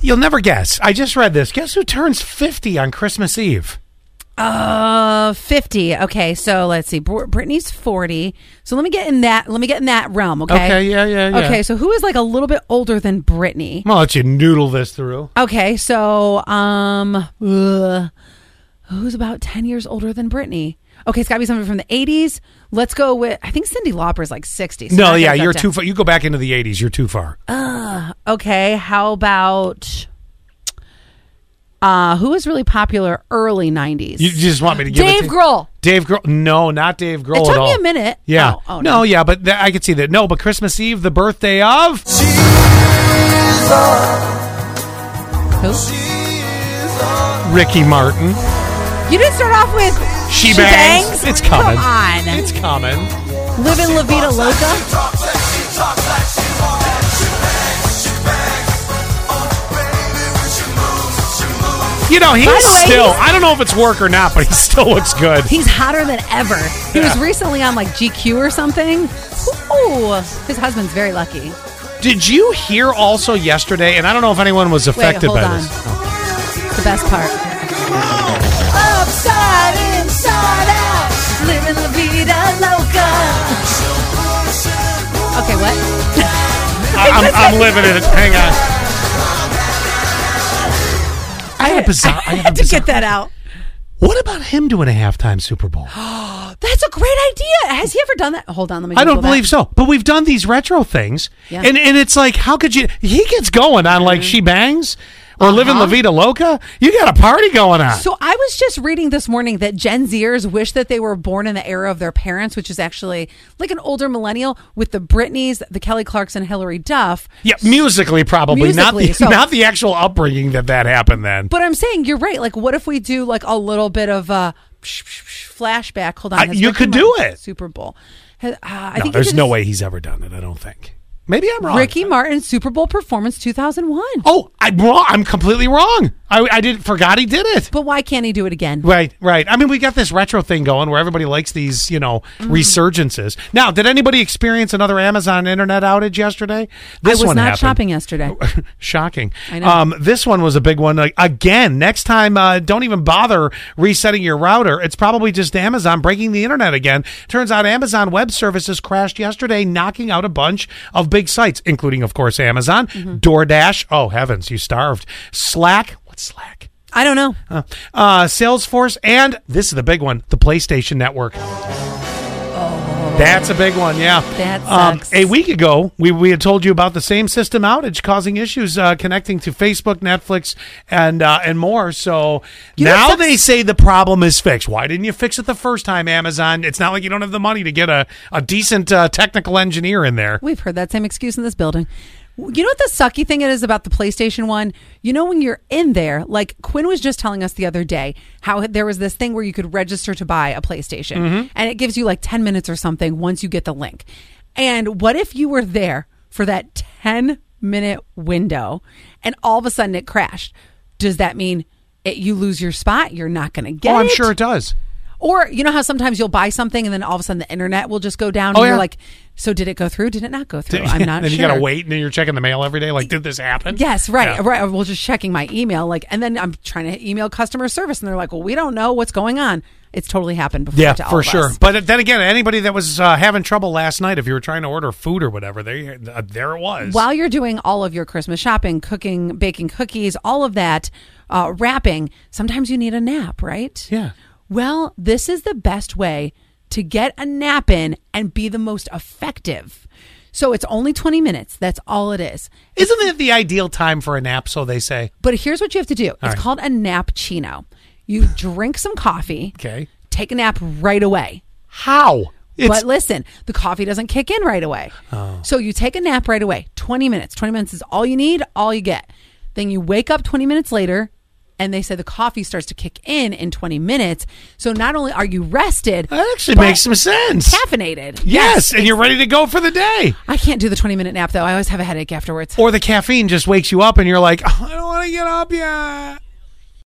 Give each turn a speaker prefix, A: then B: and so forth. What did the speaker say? A: You'll never guess. I just read this. Guess who turns 50 on Christmas Eve?
B: Uh, fifty. Okay, so let's see. Br- Brittany's forty. So let me get in that. Let me get in that realm. Okay.
A: Okay, yeah, yeah, yeah.
B: Okay, so who is like a little bit older than Brittany?
A: I'm going to let you noodle this through.
B: Okay, so um, ugh, who's about ten years older than Brittany? Okay, it's got to be somebody from the eighties. Let's go with. I think Cindy Lauper is like sixty. so
A: No,
B: that
A: yeah,
B: goes up
A: you're
B: to-
A: too far. You go back into the 80s. You're too far.
B: Uh, Okay, how about? Uh, who was really popular early nineties?
A: You just want me to give it
B: Dave
A: to-
B: Grohl.
A: Dave Grohl. No, not Dave Grohl
B: It took
A: at all.
B: me a minute.
A: Yeah.
B: Oh, oh,
A: no.
B: no.
A: yeah, but th- I could see that. No, but Christmas Eve, the birthday of.
B: Who?
A: Ricky Martin.
B: You didn't start off with
A: She bangs.
B: bangs?
A: It's coming.
B: Come on.
A: It's coming.
B: Living La Vida Loca.
A: You know, he's
B: By the way,
A: still.
B: he's-
A: I don't know if it's work or not, but he still looks good.
B: He's hotter than ever. He was
A: Yeah.
B: recently on like GQ or something. Ooh, his husband's very lucky.
A: Did you hear also yesterday? And I don't know if anyone was
B: Wait,
A: affected
B: hold
A: by
B: on.
A: this.
B: The best part. Upside inside out, living la vida loca. Okay, what?
A: I, I'm, I'm living in it. Hang on. I had a bizarre. I
B: I
A: had a
B: had to
A: bizarre.
B: get that out.
A: What about him doing a halftime Super Bowl?
B: That's a great idea. Has he ever done that? Hold on, let me.
A: I don't
B: Google that.
A: believe so. But we've done these retro things,
B: Yeah. Mm-hmm.
A: and and it's like, how could you? He gets going on like she bangs or living La Vida Loca. You got a party going on.
B: Uh-huh. So I was just reading this morning that Gen Zers wish that they were born in the era of their parents, which is actually like an older millennial with the Britneys, the Kelly Clarkson, Hillary Duff.
A: yeah, musically probably
B: Musically,
A: not the
B: so-
A: not the actual upbringing that that happened then.
B: But I'm saying you're right. Like, what if we do like a little bit of a psh, psh, psh, flashback? Hold on,
A: I-
B: has
A: you
B: Ricky
A: could do
B: Martin-
A: it.
B: Super Bowl. Has- uh, I
A: no,
B: think he
A: Oh, there's
B: did
A: no
B: his-
A: way he's ever done it. I don't think. Maybe I'm wrong.
B: Ricky Martin Super Bowl performance 2001.
A: Oh, I'm wrong. I'm completely wrong. I I did forgot he did it.
B: But why can't he do it again?
A: Right, right. I mean, we got this retro thing going where everybody likes these, you know,
B: Mm-hmm.
A: resurgences. Now, did anybody experience another Amazon internet outage yesterday?
B: I
A: This
B: was
A: one
B: not
A: happened. Uh,
B: shopping yesterday.
A: Shocking.
B: I know.
A: Um, this one was a big one. Like, again, next time, uh, don't even bother resetting your router. It's probably just Amazon breaking the internet again. Turns out Amazon Web Services crashed yesterday, knocking out a bunch of big sites, including, of course, Amazon,
B: Mm-hmm.
A: DoorDash. Oh, heavens, you starved. Slack. What's Slack?
B: I don't know.
A: Uh, uh, Salesforce, and this is the big one, the PlayStation Network. That's a big one, yeah.
B: That
A: Um,
B: sucks.
A: a week ago, we, we had told you about the same system outage causing issues uh, connecting to Facebook, Netflix, and uh, and more. So
B: know what
A: now
B: sucks?
A: they say the problem is fixed. Why didn't you fix it the first time, Amazon? It's not like you don't have the money to get a, a decent uh, technical engineer in there.
B: We've heard that same excuse in this building. You know what the sucky thing it is about the PlayStation One? You know when you're in there, like Quinn was just telling us the other day, how there was this thing where you could register to buy a PlayStation,
A: Mm-hmm.
B: and it gives you like ten minutes or something once you get the link. And what if you were there for that ten minute window, and all of a sudden it crashed? Does that mean it, you lose your spot? You're not going to get.
A: oh, I'm
B: it?
A: sure it does.
B: Or you know how sometimes you'll buy something and then all of a sudden the internet will just go down
A: Oh,
B: and you're
A: yeah.
B: like, so did it go through? Did it not go through? I'm not
A: then
B: sure.
A: you gotta wait, and then you're checking the mail every day. Like, did this happen?
B: Yes, right,
A: Yeah.
B: right. Well, just checking my email, like, and then I'm trying to email customer service, and they're like, "Well, we don't know what's going on." It's totally happened before.
A: Yeah,
B: to all
A: for
B: of
A: sure.
B: us.
A: But then again, anybody that was uh, having trouble last night, if you were trying to order food or whatever, there, uh, there it was.
B: While you're doing all of your Christmas shopping, cooking, baking cookies, all of that, uh, wrapping, sometimes you need a nap, right?
A: Yeah.
B: Well, this is the best way to get a nap in and be the most effective. So it's only 20 minutes. That's all it is.
A: Isn't it the ideal time for a nap? So they say.
B: But here's what you have to do. it's
A: right.
B: called a nappuccino. You drink some coffee.
A: Okay.
B: Take a nap right away.
A: How? It's Oh.
B: but listen, the coffee doesn't kick in right away. So you take a nap right away. 20 minutes. 20 minutes is all you need, all you get. Then you wake up 20 minutes later and they say the coffee starts to kick in in 20 minutes. So not only are you rested,
A: that actually
B: but
A: makes some sense.
B: caffeinated.
A: Yes, and you're ready to go for the day.
B: I can't do the 20 minute nap though. I always have a headache afterwards.
A: Or the caffeine just wakes you up, and you're like, "Oh, I don't want to get up yet.